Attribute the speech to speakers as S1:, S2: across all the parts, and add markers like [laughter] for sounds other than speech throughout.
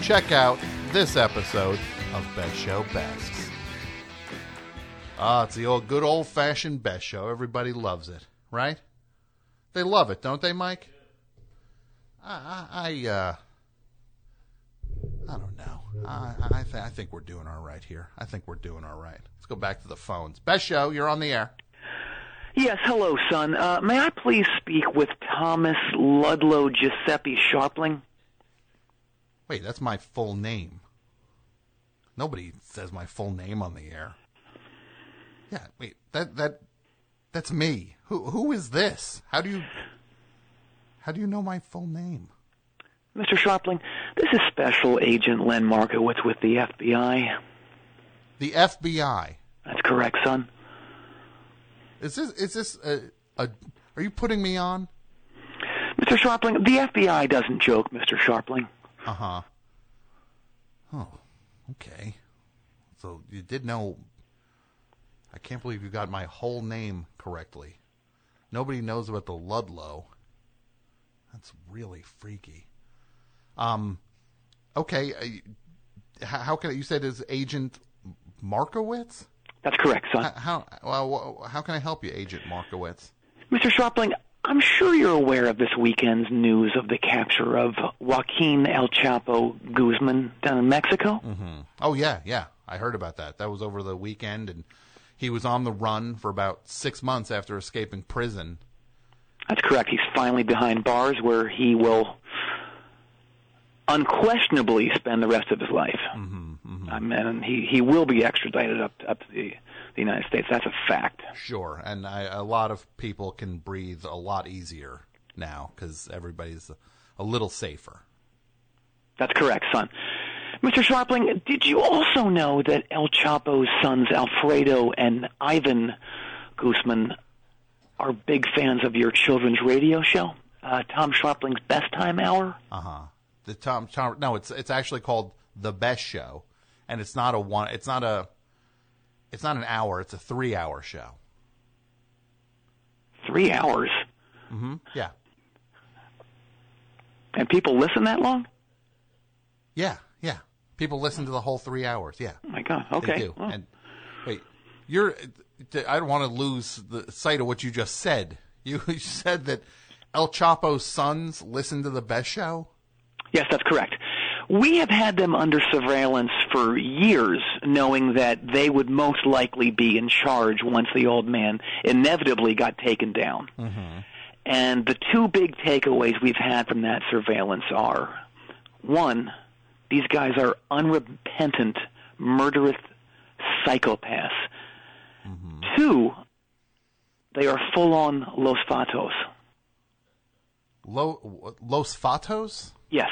S1: check out this episode of Best Show Bests. Ah, it's the old good old fashioned best show. Everybody loves it, right? They love it, don't they, Mike? I, I, I uh, I don't know. I, I, th- I think we're doing all right here. I think we're doing all right. Let's go back to the phones. Best show, you're on the air.
S2: Yes, hello, son. Uh, may I please speak with Thomas Ludlow Giuseppe Sharpling?
S1: Wait, that's my full name. Nobody says my full name on the air. Yeah, wait, that that that's me. Who who is this? How do you how do you know my full name?
S2: Mr. Sharpling, this is Special Agent Len Markowitz with the FBI.
S1: The FBI.
S2: That's correct, son.
S1: Is this is this a, a are you putting me on?
S2: Mr. Sharpling, the FBI doesn't joke, Mr. Sharpling.
S1: Uh huh. Oh, okay. So you did know. I can't believe you got my whole name correctly. Nobody knows about the Ludlow. That's really freaky. Um, okay. uh, you- h- How can I, you said is Agent Markowitz?
S2: That's correct, son.
S1: How well? wh- How can I help you, Agent Markowitz?
S2: Mr. Sharpling, I'm sure you're aware of this weekend's news of the capture of Joaquin El Chapo Guzman down in Mexico.
S1: Oh yeah, yeah. I heard about that. That was over the weekend, and he was on the run for about six months after escaping prison.
S2: That's correct. He's finally behind bars where he will unquestionably spend the rest of his life. Mm-hmm, and he, he will be extradited up up to the, the United States. That's a fact.
S1: Sure, and I, a lot of people can breathe a lot easier now because everybody's a, a little safer.
S2: That's correct, son. Mr. Sharpling, did you also know that El Chapo's sons Alfredo and Ivan Guzman are big fans of your children's radio show, uh, Tom Sharpling's Best Time Hour?
S1: Uh huh. The Tom, Tom, no, it's it's actually called the best show, and it's not a one. It's not a. It's not an hour. It's a three-hour show.
S2: Three hours,
S1: Yeah,
S2: and people listen that long?
S1: yeah, yeah. People listen to the whole three hours. Yeah.
S2: Oh my God!
S1: They
S2: Okay.
S1: do.
S2: Well.
S1: And wait, you're. I don't want to lose the sight of what you just said. You [laughs] said that El Chapo's sons listen to the best show.
S2: Yes, that's correct. We have had them under surveillance for years, knowing that they would most likely be in charge once the old man inevitably got taken down. And the two big takeaways we've had from that surveillance are one, these guys are unrepentant, murderous psychopaths. Two, they are full on Los Fatos.
S1: Lo, Los Fatos.
S2: Yes,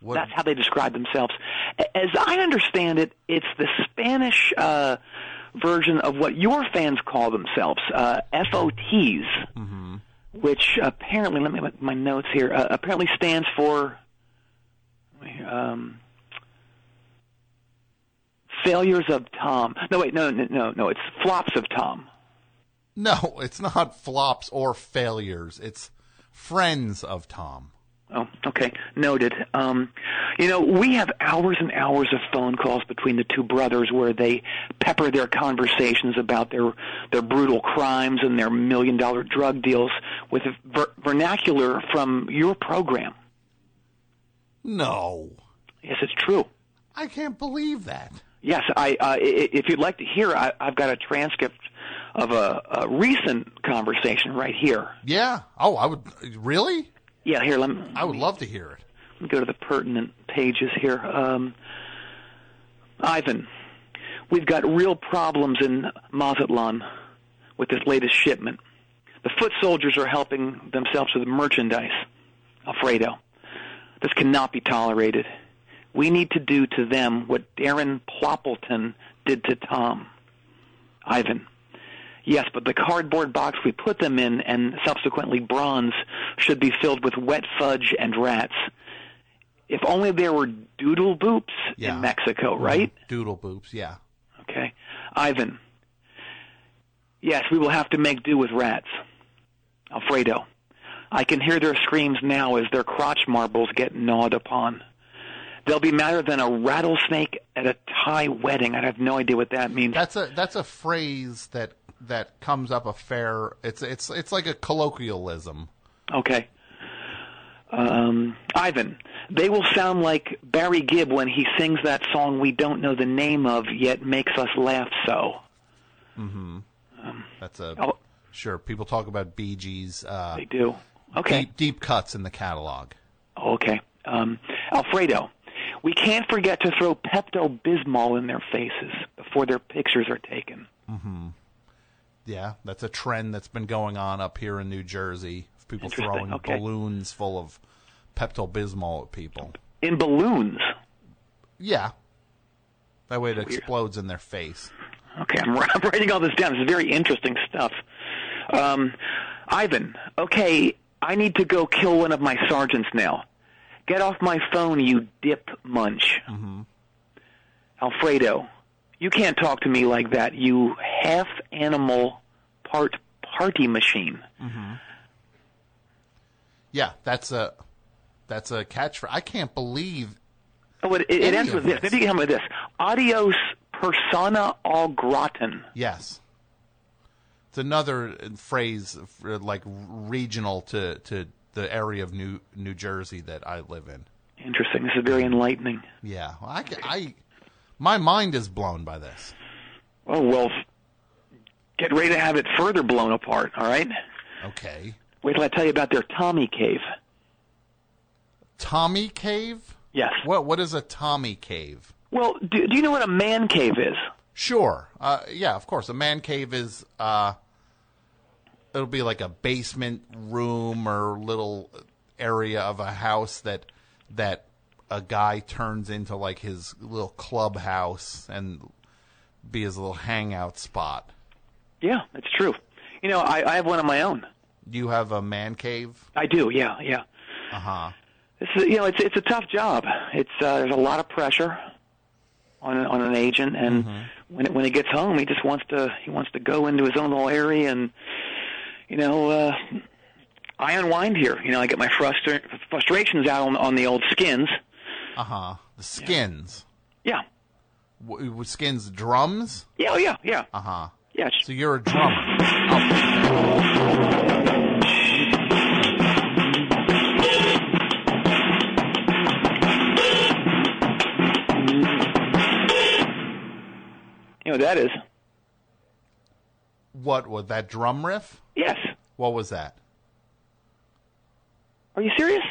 S1: What,
S2: That's how they describe themselves. A- As I understand it, it's the Spanish uh, version of what your fans call themselves, uh, FOTs, which apparently, let me look at my notes here, uh, apparently stands for um, Failures of Tom. No, wait, no, no, no, no, it's Flops of Tom.
S1: no, it's not flops or failures. It's friends of Tom.
S2: Oh, okay. Noted. Um, you know, we have hours and hours of phone calls between the two brothers where they pepper their conversations about their their brutal crimes and their million dollar drug deals with ver- vernacular from your program.
S1: No,
S2: Yes, it's true.
S3: I can't believe that.
S2: Yes, I, uh, i- if you'd like to hear, I, I've got a transcript of a, a recent conversation right here.
S1: Yeah. Oh, I would really.
S2: Yeah, here, let me,
S1: I would love to hear it.
S2: Let me go to the pertinent pages here. Um, Ivan, we've got real problems in Mazatlan with this latest shipment. The foot soldiers are helping themselves to the merchandise, Alfredo. This cannot be tolerated. We need to do to them what Darren Ploppleton did to Tom. Ivan, Yes, but the cardboard box we put them in and subsequently bronze should be filled with wet fudge and rats. If only there were doodle boops
S1: Yeah.
S2: in Mexico, right?
S1: Doodle boops. Yeah.
S2: Okay. Ivan. Yes, we will have to make do with rats. Alfredo. I can hear their screams now as their crotch marbles get gnawed upon. They'll be madder than a rattlesnake at a Thai wedding. I have no idea what that means.
S1: That's a that's a phrase that that comes up a fair. It's it's it's like a colloquialism.
S2: Okay. Um, Ivan, they will sound like Barry Gibb when he sings that song we don't know the name of yet makes us laugh so.
S1: That's a
S2: Oh.
S1: sure. People talk about Bee Gees. Uh,
S2: They do. Okay.
S1: deep, deep cuts in the catalog.
S2: Okay. Um, Alfredo, we can't forget to throw Pepto Bismol in their faces before their pictures are taken.
S1: Yeah, that's a trend that's been going on up here in New Jersey. of People
S2: Interesting,
S1: throwing
S2: okay.
S1: balloons full of Pepto Bismol at people.
S2: In balloons.
S1: Yeah, that way it explodes in their face.
S2: Okay, I'm, [laughs] I'm writing all this down. This is very interesting stuff. Um, Ivan, okay, I need to go kill one of my sergeants now. Get off my phone, you dip munch. Alfredo, you can't talk to me like that, you half animal, part party machine.
S1: Yeah, that's a that's a catchphrase. I can't believe.
S2: Oh, it, it, it
S1: Any
S2: ends
S1: of
S2: with this.
S1: this.
S2: Maybe you can help me with this. Adios persona au gratin.
S1: Yes, it's another phrase uh, like regional to to the area of New New Jersey that I live in.
S2: Interesting. This is very enlightening.
S1: Yeah, well, I, ca- I my mind is blown by this.
S2: Oh, well, get ready to have it further blown apart, all right?
S1: Okay,
S2: Wait till I tell you about their Tommy cave.
S1: Tommy Cave.
S2: Yes.
S1: What what is a Tommy Cave?
S2: Well, do, do you know what a man cave is?
S1: Sure. Uh, yeah, of course. A man cave is uh, it'll be like a basement room or little area of a house that that a guy turns into like his little clubhouse and be his little hangout spot.
S2: Yeah, it's true. You know, I, I have one of my own.
S1: You have a man cave?
S2: I do. Yeah, yeah.
S1: Uh huh.
S2: It's a- you know, it's it's a tough job. It's uh, there's a lot of pressure on a- on an agent, and when it, when he gets home, he just wants to he wants to go into his own little area, and you know, uh, I unwind here. You know, I get my frustra- frustrations out on on the old skins.
S1: Uh huh. The skins.
S2: Yeah,
S1: W- w- skins drums?
S2: yeah, oh, yeah, yeah,
S1: Uh huh.
S2: yeah. It's,
S1: So you're a drummer. Oh.
S2: you know, that is
S1: What was that drum riff?
S2: yes.
S1: What was that?
S2: Are you serious?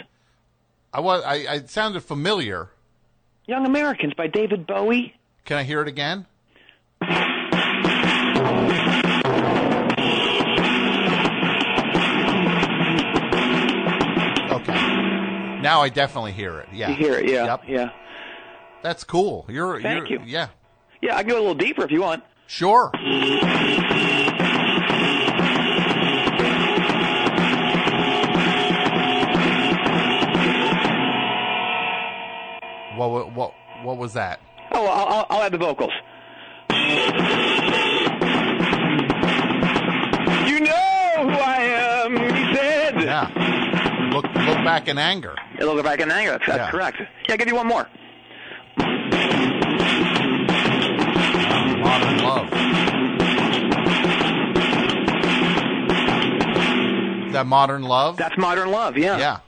S1: I was I, I sounded familiar.
S2: Young Americans by David Bowie.
S1: Can I hear it again? Okay. Now I definitely hear it. Yeah.
S2: You hear it? Yeah,
S1: Yep.
S2: yeah,
S1: That's cool. You're
S2: Thank
S1: you're
S2: you.
S1: yeah.
S2: yeah. I can go a little deeper if you want.
S1: Sure. What wa- what what was that?
S2: Oh, I'll, I'll, I'll add the vocals. You know who I am, he said.
S1: Yeah. Look look back in anger.
S2: It'll go back in anger. That's, that's
S1: Yeah.
S2: correct. Yeah, give you one more.
S1: Modern Love. That Modern Love?
S2: That's modern love. Yeah.
S1: yeah.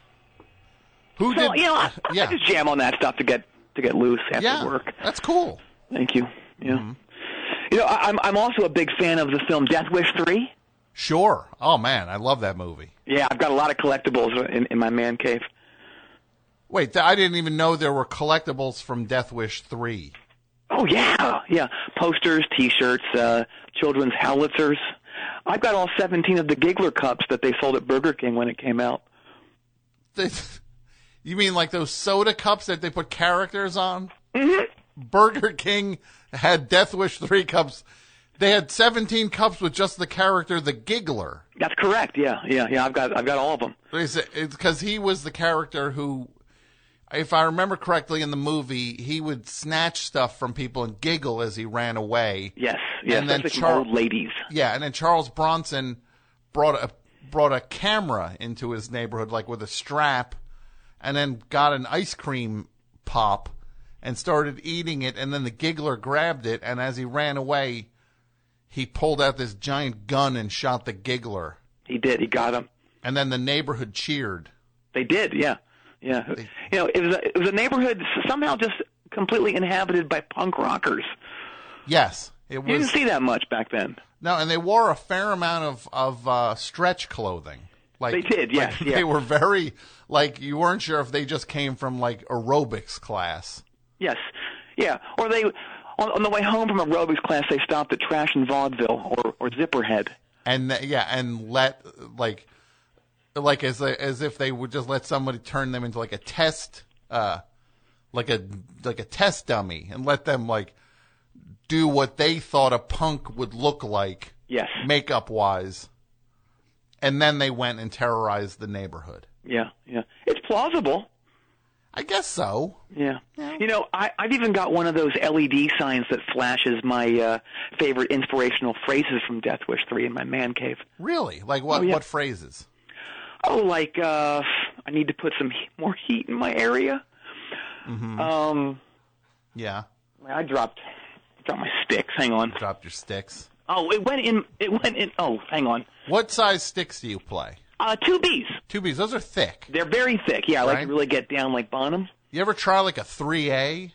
S1: Who
S2: So
S1: did
S2: you know, I,
S1: [laughs] Yeah.
S2: I just jam on that stuff to get to get loose after
S1: yeah, Mm-hmm.
S2: work.
S1: that's cool.
S2: Thank you. Yeah. You know, I, I'm I'm also a big fan of the film Death Wish Three.
S1: Sure. Oh man, I love that movie.
S2: Yeah, I've got a lot of collectibles in, in my man cave.
S1: Wait, th- I didn't even know there were collectibles from Death Wish three. [laughs]
S2: Oh yeah, yeah. Posters, T-shirts, uh, children's howitzers. I've got all 17 of the Giggler cups that they sold at Burger King when it came out.
S1: They- you mean like those soda cups that they put characters on?
S2: Mm-hmm.
S1: Burger King had Death Wish three cups. They had seventeen cups with just the character the Giggler.
S2: That's correct. Yeah, yeah, yeah. I've got I've got all of them.
S1: because he was the character who, if I remember correctly in the movie, he would snatch stuff from people and giggle as he ran away.
S2: Yes, yes.
S1: And then
S2: especially
S1: Char-
S2: from old ladies.
S1: Yeah, and then Charles Bronson brought a brought a camera into his neighborhood, like with a strap, and then got an ice cream pop and started eating it. And then the giggler grabbed it, and as he ran away, he pulled out this giant gun and shot the giggler.
S2: He did. He got them.
S1: And then the neighborhood cheered.
S2: They did, yeah, yeah. You know, it was a, it was a neighborhood somehow just completely inhabited by punk rockers.
S1: Yes, it
S2: You
S1: was
S2: didn't see that much back then.
S1: no, and they wore a fair amount of of uh, stretch clothing. Like
S2: They did, yes,
S1: like, [laughs]
S2: yeah.
S1: They were very like you weren't sure if they just came from like aerobics class.
S2: Yes, yeah. Or they on, on the way home from aerobics class, they stopped at Trash and Vaudeville or or Zipperhead.
S1: and th- yeah, and let like like as a, as if they would just let somebody turn them into like a test, uh, like a like a test dummy, and let them like do what they thought a punk would look like,
S2: Yes,
S1: makeup wise, and then they went and terrorized the neighborhood.
S2: yeah, yeah. It's plausible.
S1: I guess so.
S2: Yeah. You know, I, I've even got one of those LED signs that flashes my uh, favorite inspirational phrases from Death Wish 3 in my man cave.
S1: Really, like what
S2: yeah.
S1: what phrases?
S2: oh, like uh, I need to put some he- more heat in my area. Um,
S1: Yeah,
S2: I dropped dropped my sticks. Hang on.
S1: drop your sticks.
S2: Oh, it went in. It went in. Oh, hang on.
S1: What size sticks do you play?
S2: Uh, two Bs.
S1: Two Bs. Those are thick.
S2: They're very thick. Yeah, I like
S1: Right.
S2: to really get down like Bonham.
S1: You ever try like a three A?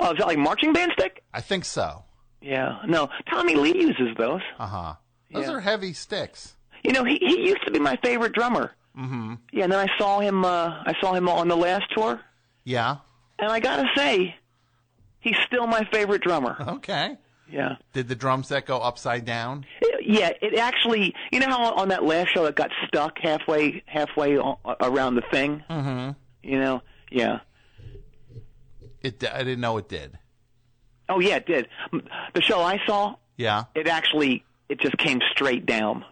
S2: Oh, is that like marching band stick?
S1: I think so.
S2: Yeah. No, Tommy Lee uses those.
S1: Uh huh. Those
S2: Yeah.
S1: are heavy sticks.
S2: You know, he he used to be my favorite drummer. Mm-hmm. Yeah, and then I saw him. Uh, I saw him on the last tour,
S1: Yeah.
S2: and I gotta say, he's still my favorite drummer.
S1: Okay.
S2: Yeah.
S1: Did the drum set go upside down?
S2: Yeah, it actually. You know how on that last show it got stuck halfway halfway o- around the thing. Mm-hmm. You know, yeah.
S1: It. d- I didn't know it did.
S2: Oh yeah, it did. M- The show I saw,
S1: Yeah.
S2: it actually it just came straight down.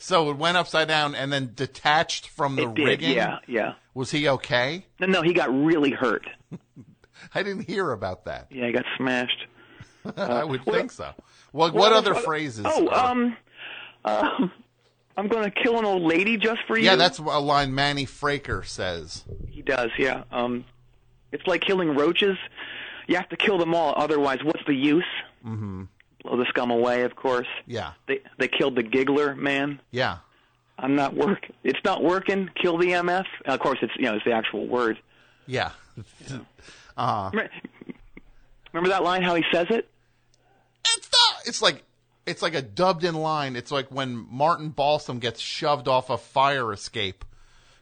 S1: So it went upside down and then detached from the
S2: It did.
S1: rigging.
S2: Yeah, yeah.
S1: Was he okay?
S2: No, no, he got really hurt.
S1: I didn't hear about that. [laughs]
S2: Yeah, he got smashed.
S1: I would
S2: Uh,
S1: think so. Well, what other phrases?
S2: Oh,
S1: are-
S2: um, um, [laughs] I'm gonna kill an old lady just for you.
S1: yeah, that's a line Manny Fraker says.
S2: he does. Yeah. Um, it's like killing roaches. You have to kill them all, otherwise, what's the use? Mm-hmm. Blow the scum away, of course.
S1: Yeah.
S2: They they killed the giggler man.
S1: Yeah.
S2: I'm not work. It's not working. Kill the MF. And of course, it's you know it's the actual word.
S1: Yeah.
S2: Remember, remember that line? How he says it?
S1: it's not- it's like it's like a dubbed in line. It's like when Martin Balsam gets shoved off a fire escape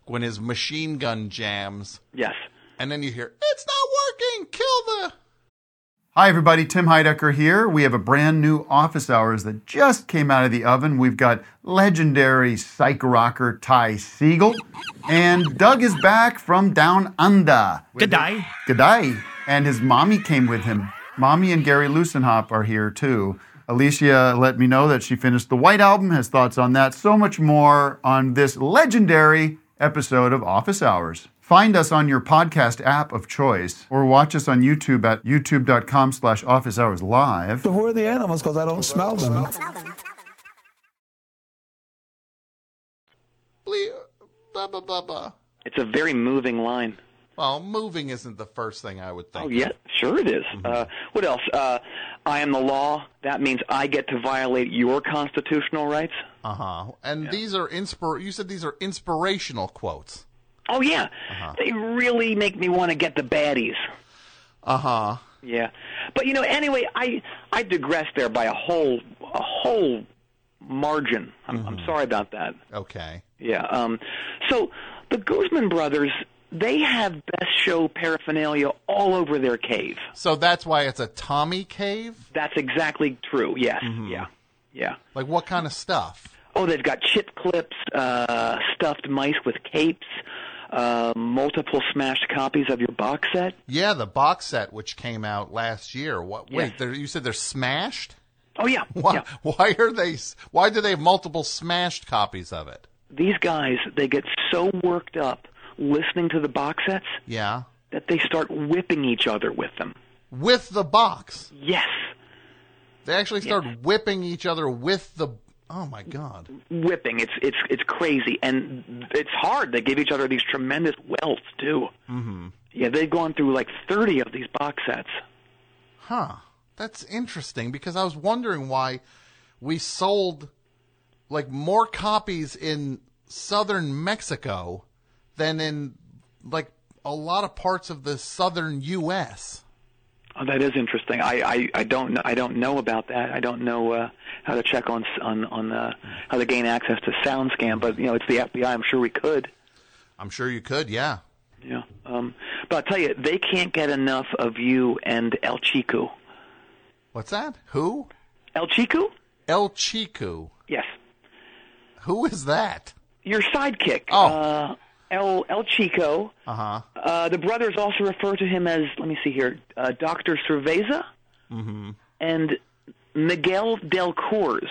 S1: when his machine gun jams,
S2: Yes.
S1: and then you hear, "It's not working! Kill the."
S3: Hi, everybody. Tim Heidecker here. We have a brand new Office Hours that just came out of the oven. We've got legendary psych rocker Ty Siegel. And Doug is back from down under.
S4: Good day.
S3: G'day. And his mommy came with him. Mommy and Gary Lusenhop are here too. Alicia let me know that she finished the White Album, has thoughts on that, so much more on this legendary episode of Office Hours. Find us on your podcast app of choice or watch us on YouTube at youtube.com slash office hours live.
S5: Who are the animals? Because I don't smell them.
S1: Ble- Blah blah blah blah.
S2: It's a very moving line.
S1: Well, moving isn't the first thing I would think.
S2: Oh yeah, sure it is. Uh, what else? Uh, I am the law. That means I get to violate your constitutional rights.
S1: Uh-huh. Uh huh. And these are inspir. You said these are inspirational quotes.
S2: Oh yeah, they really make me want to get the baddies.
S1: Uh huh.
S2: Yeah, but you know, anyway, I I digressed there by a whole a whole margin. I'm, I'm sorry about that.
S1: Okay.
S2: Yeah. Um, so the Guzman brothers, they have best show paraphernalia all over their cave.
S1: So that's why it's a Tommy cave?
S2: That's exactly true. Yes. Yeah. Yeah.
S1: Like, what kind of stuff?
S2: Oh, they've got chip clips, uh, stuffed mice with capes, uh, multiple smashed copies of your box set.
S1: Yeah, the box set which came out last year. What?
S2: Yeah.
S1: Wait, they're, you said they're smashed? [laughs]
S2: Oh yeah.
S1: Why,
S2: yeah.
S1: why are they? s- Why do they have multiple smashed copies of it?
S2: These guys, they get so worked up listening to the box sets
S1: Yeah,
S2: that they start whipping each other with them.
S1: with the box.
S2: Yes.
S1: They actually start whipping each other with the. Oh my god!
S2: Whipping. It's it's it's crazy and it's hard. They give each other these tremendous welts too. Mhm. Yeah, they've gone through like 30 of these box sets.
S1: Huh. That's interesting because I was wondering why we sold like more copies in southern Mexico than in like a lot of parts of the southern U.S.
S2: Oh, that is interesting. I, I, I don't know, I don't know about that. I don't know uh, how to check on s- on on uh, how to gain access to SoundScan, but you know it's the FBI. I'm sure we could.
S1: I'm sure you could. Yeah.
S2: Yeah. Um, but I'll tell you, they can't get enough of you and El Chico.
S1: What's that? Who?
S2: El Chico?
S1: El Chico.
S2: Yes.
S1: Who is that?
S2: Your sidekick.
S1: Oh.
S2: Uh, El El Chico.
S1: Uh huh.
S2: Uh, the brothers also refer to him as let me see here, uh, Doctor Cerveza and Miguel Del Coors.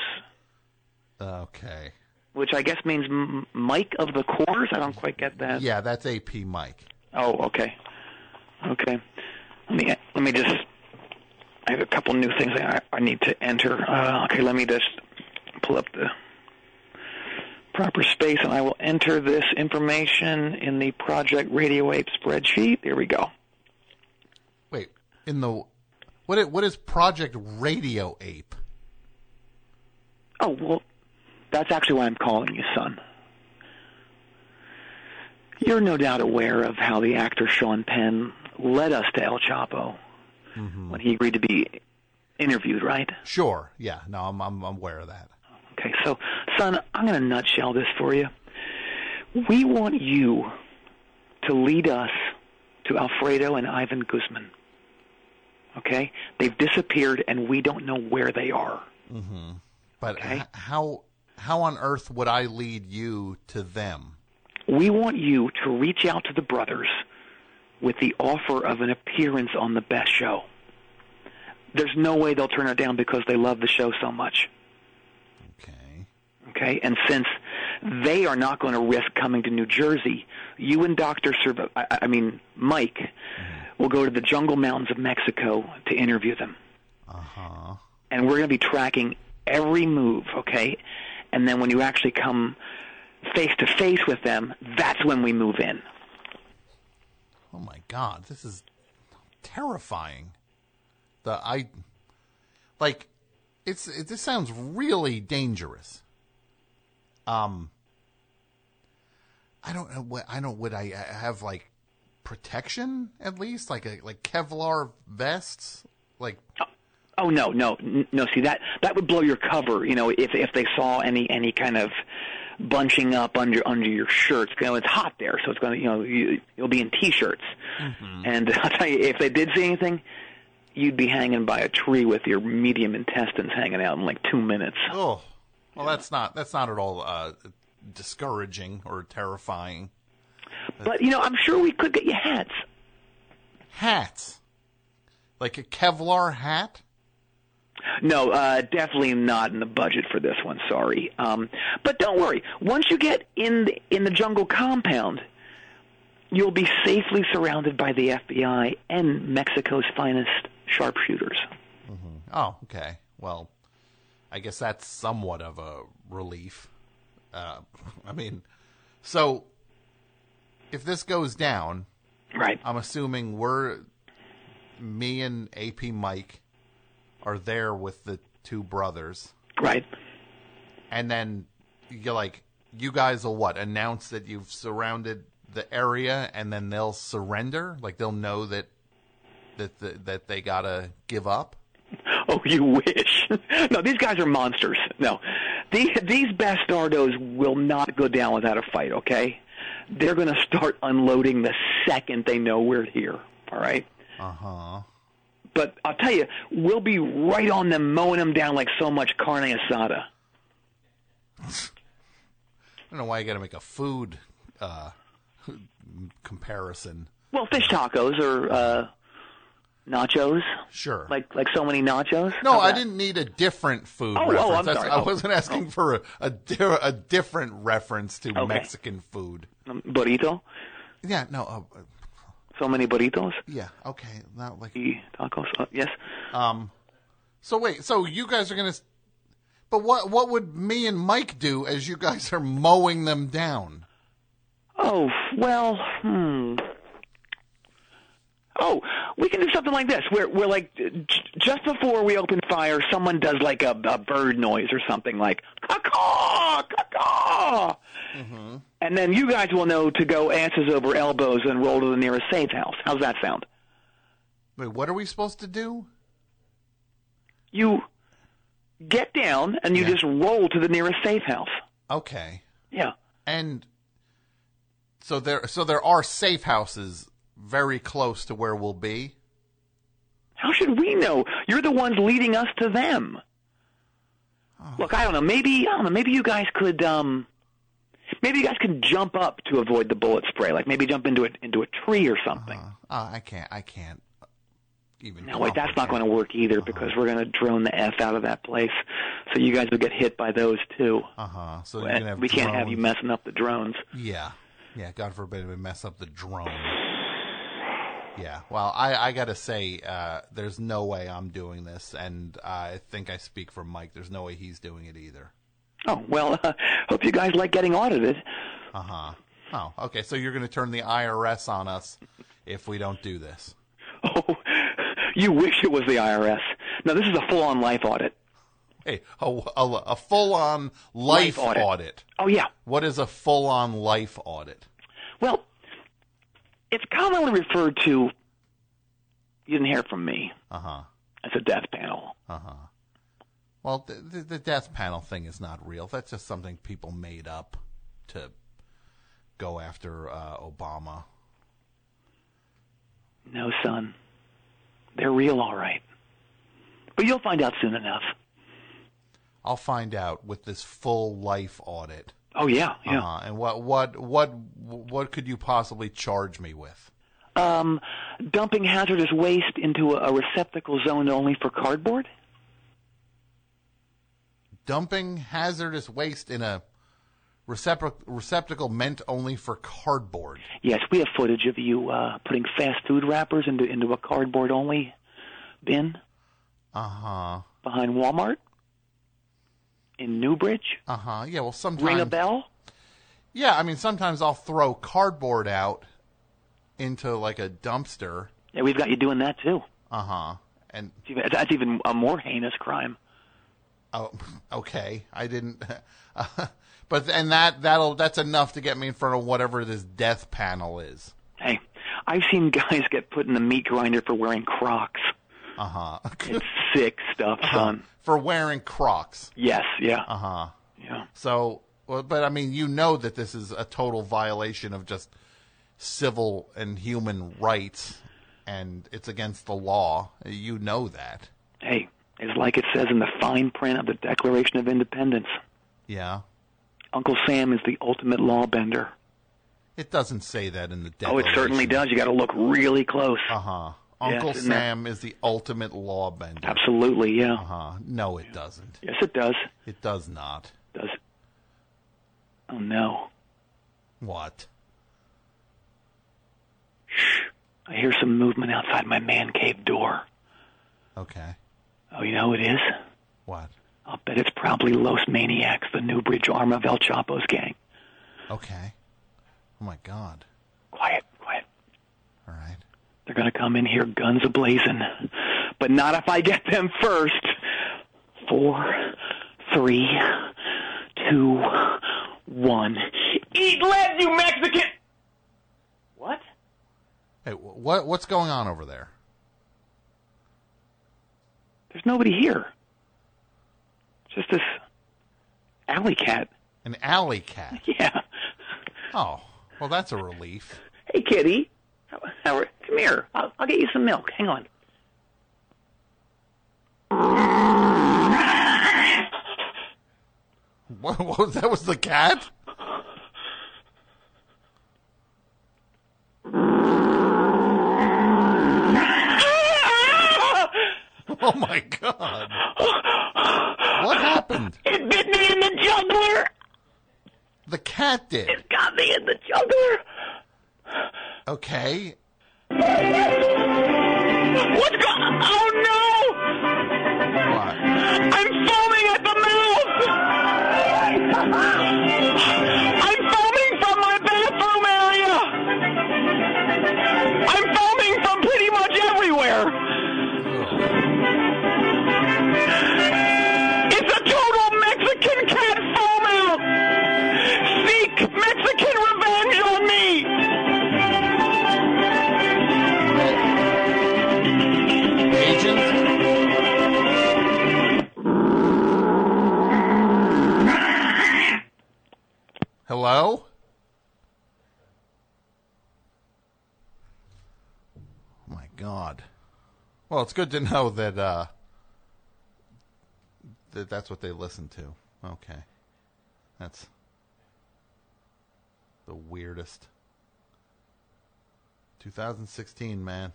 S1: Okay.
S2: which I guess means M- Mike of the Cores. I don't quite get that.
S1: Yeah, that's AP Mike.
S2: Oh, okay, okay. Let me let me just. I have a couple new things I, I need to enter. Uh, okay, let me just pull up the proper space, and I will enter this information in the Project Radio Ape spreadsheet. There we go.
S1: Wait, in the what? i- What is Project Radio Ape?
S2: Oh well, that's actually why I'm calling you, son. You're no doubt aware of how the actor Sean Penn led us to El Chapo when he agreed to be interviewed, right?
S1: Sure. Yeah. No, I'm I'm, I'm aware of that.
S2: Okay, so, son, I'm going to nutshell this for you. We want you to lead us to Alfredo and Ivan Guzman. Okay? They've disappeared, and we don't know where they are.
S1: But
S2: Okay.
S1: h- how how on earth would I lead you to them?
S2: we want you to reach out to the brothers with the offer of an appearance on the best show. There's no way they'll turn it down because they love the show so much.
S1: Okay.
S2: Okay? And since they are not going to risk coming to New Jersey, you and Dr. Serv- I, I mean, Mike, will go to the jungle mountains of Mexico to interview them.
S1: Uh huh.
S2: and we're going to be tracking every move, okay? And then when you actually come face to face with them, that's when we move in.
S1: Oh my god, this is terrifying. The I like it's it, this sounds really dangerous. Um I don't know what I don't would I I have like protection at least like a, like Kevlar vests like
S2: Oh no, no, n- no! See that that would blow your cover, you know, if if they saw any any kind of bunching up under under your shirts. You know, it's hot there, so it's going to you know you, you'll be in t-shirts. And [laughs] I'll tell you, if they did see anything, you'd be hanging by a tree with your medium intestines hanging out in like two minutes.
S1: oh well that's not that's not at all uh discouraging or terrifying.
S2: But you know, I'm sure we could get you hats.
S1: Hats. Like a Kevlar hat?
S2: No, uh, definitely not in the budget for this one. Sorry, um, but don't worry. Once you get in the, in the jungle compound, you'll be safely surrounded by the FBI and Mexico's finest sharpshooters.
S1: Oh, okay. Well, I guess that's somewhat of a relief. Uh, [laughs] I mean, so if this goes down,
S2: Right?
S1: I'm assuming we're me and AP Mike are there with the two brothers,
S2: Right.
S1: and then you're like, you guys will what announce that you've surrounded the area and then they'll surrender? Like they'll know that that the, that they gotta give up?
S2: [laughs] Oh, you wish. no, these guys are monsters. No, these, these bastardos will not go down without a fight. Okay, they're going to start unloading the second they know we're here. All right.
S1: Uh huh.
S2: But I'll tell you, we'll be right on them, mowing them down like so much carne asada.
S1: I don't know why you gotta make a food uh, comparison.
S2: Well, fish tacos or uh, nachos,
S1: Sure.
S2: like like so many nachos.
S1: No,
S2: How's
S1: I
S2: that?
S1: didn't need a different food
S2: Oh, oh,
S1: reference.
S2: I'm
S1: That's-
S2: sorry.
S1: I
S2: Oh.
S1: wasn't asking for a, a, di- a different reference to
S2: Okay.
S1: Mexican food.
S2: Um, burrito.
S1: Yeah, no, uh, uh,
S2: So many burritos.
S1: yeah, okay, not like.
S2: Y Tacos. Uh, yes.
S1: Um, so wait, so you guys are gonna, s- but what what would me and Mike do as you guys are mowing them down?
S2: Oh, well, hmm. Oh, we can do something like this. We're, we're like, j- just before we open fire, someone does like a, a bird noise or something like, caw-caw, caw-caw. And then you guys will know to go asses over elbows and roll to the nearest safe house. How's that sound?
S1: Wait, what are we supposed to do?
S2: You get down and you
S1: Yeah.
S2: just roll to the nearest safe house.
S1: Okay,
S2: Yeah.
S1: and so there so there are safe houses very close to where we'll be.
S2: How should we know? You're the ones leading us to them. Look, I don't know. Maybe I don't know. Maybe you guys could um, maybe you guys could jump up to avoid the bullet spray. Like maybe jump into a into a tree or something.
S1: Uh, uh, I can't, I can't even.
S2: No, wait, that's not
S1: complicate
S2: going to work either because
S1: Uh-huh.
S2: we're going to drone the f out of that place. So you guys will get hit by those too.
S1: Uh huh. So you can
S2: And
S1: have
S2: we can't have you
S1: drones.
S2: messing up the drones.
S1: Yeah, yeah. God forbid we mess up the drone. Yeah. Well, I I gotta say, uh, there's no way I'm doing this, and I think I speak for Mike. There's no way he's doing it either.
S2: Oh well. [laughs] Uh, hope you guys like getting audited. [laughs]
S1: Uh huh. Oh, okay. So you're gonna turn the IRS on us if we don't do this.
S2: Oh, [laughs] you wish it was the IRS. No, this is a full-on life audit.
S1: Hey, a, a, a full-on life,
S2: Life audit.
S1: audit.
S2: Oh yeah.
S1: What is a full-on life audit?
S2: Well, it's commonly referred to. You didn't hear from me.
S1: Uh huh.
S2: as a death panel.
S1: Uh huh. Well, the, the, the death panel thing is not real. That's just something people made up to go after uh, Obama.
S2: No, son, they're real, all right. But you'll find out soon enough.
S1: I'll find out with this full life audit.
S2: Oh yeah, yeah.
S1: Uh-huh. And what what what what could you possibly charge me with?
S2: Um, dumping hazardous waste into a, a receptacle zoned only for cardboard.
S1: Dumping hazardous waste in a receptac- receptacle meant only for cardboard.
S2: Yes, we have footage of you uh, putting fast food wrappers into into a cardboard only bin
S1: Uh huh.
S2: behind Walmart in Newbridge.
S1: Uh huh. Yeah. Well, sometimes
S2: Ring a bell.
S1: Yeah, I mean, sometimes I'll throw cardboard out into like a dumpster.
S2: Yeah, we've got you doing that too.
S1: Uh huh. And
S2: It's even- That's even a more heinous crime.
S1: oh, [laughs] okay, I didn't. [laughs] but and that that'll that's enough to get me in front of whatever this death panel is.
S2: Hey, I've seen guys get put in the meat grinder for wearing Crocs.
S1: Uh huh.
S2: It's sick stuff, son.
S1: [laughs] For wearing Crocs.
S2: Yes, yeah,
S1: Uh huh.
S2: yeah.
S1: So, well, but I mean, you know that this is a total violation of just civil and human rights, and it's against the law. You know that.
S2: Hey, it's like it says in the fine print of the Declaration of Independence.
S1: Yeah.
S2: Uncle Sam is the ultimate lawbender.
S1: It doesn't say that in the
S2: Oh, it
S1: Declaration.
S2: certainly does. You got to look really close.
S1: Uh huh. Uncle
S2: it's in there.
S1: Sam is the ultimate lawbender.
S2: Absolutely, yeah.
S1: Uh huh. No, it doesn't.
S2: Yes, it does.
S1: It does not.
S2: Does. it? Oh no,
S1: What?
S2: I hear some movement outside my man cave door.
S1: Okay.
S2: Oh, you know who it is?
S1: What?
S2: I'll bet it's probably Los Maniacs, the Newbridge arm of El Chapo's gang.
S1: Okay. Oh my God.
S2: Quiet, quiet.
S1: All right.
S2: They're going to come in here guns ablazing. But not if I get them first. Four, three, two, one. Eat lead, you Mexican!
S1: Hey, wh- what what's going on over there?
S2: There's nobody here. Just this alley cat. [laughs]
S1: An alley cat.
S2: Yeah.
S1: Oh, well, that's a relief.
S2: Hey, kitty. How, how are, come here. I'll, I'll get you some milk. Hang on.
S1: What, what was- that was the cat? [laughs] Oh my god. What happened?
S2: It bit me in the jugular.
S1: The cat did.
S2: Got me in the jugular.
S1: Okay.
S2: What's going? Oh no!
S1: What?
S2: I'm foaming at the mouth! I'm foaming from my bathroom area! I'm foaming from pretty much everywhere! It's a total Mexican cat foam out! Seek Mexican revenge on me!
S1: Agent? Hello? Oh my god. Well, it's good to know that uh that that's what they listen to. Okay. That's the weirdest 2016, man.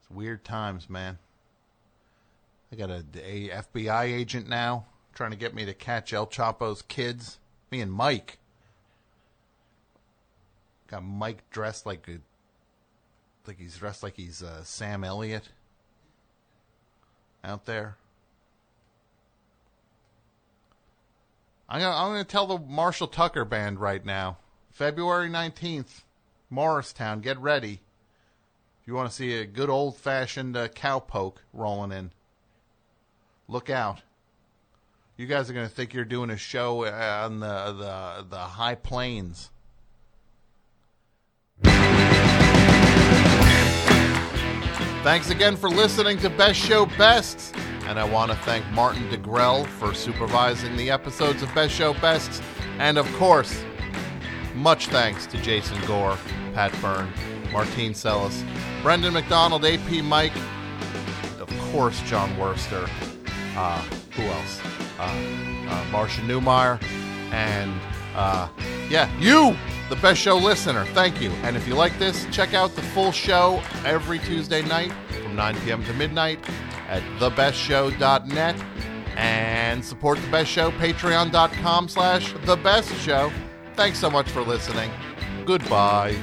S1: It's weird times, man. I got a, a FBI agent now trying to get me to catch El Chapo's kids. Me and Mike. Got Mike dressed like a, like he's dressed like he's uh, Sam Elliott out there. I'm gonna I'm gonna tell the Marshall Tucker band right now. February nineteenth, Morristown. Get ready. If you want to see a good old fashioned uh, cowpoke rolling in, look out. You guys are going to think you're doing a show uh, on the, the the high plains. Thanks again for listening to Best Show Best. And I want to thank Martin DeGrell for supervising the episodes of Best Show Best. And of course, much thanks to Jason Gore, Pat Byrne, Martine Sellis, Brendan McDonald, AP Mike, of course, John Worster. Uh, who else? Uh, uh, Marcia Newmeyer. And uh, yeah, you, the best show listener. Thank you. And if you like this, check out the full show every Tuesday night from 9 p.m. to midnight at thebestshow.net and support the best show patreon.com slash the best show thanks so much for listening goodbye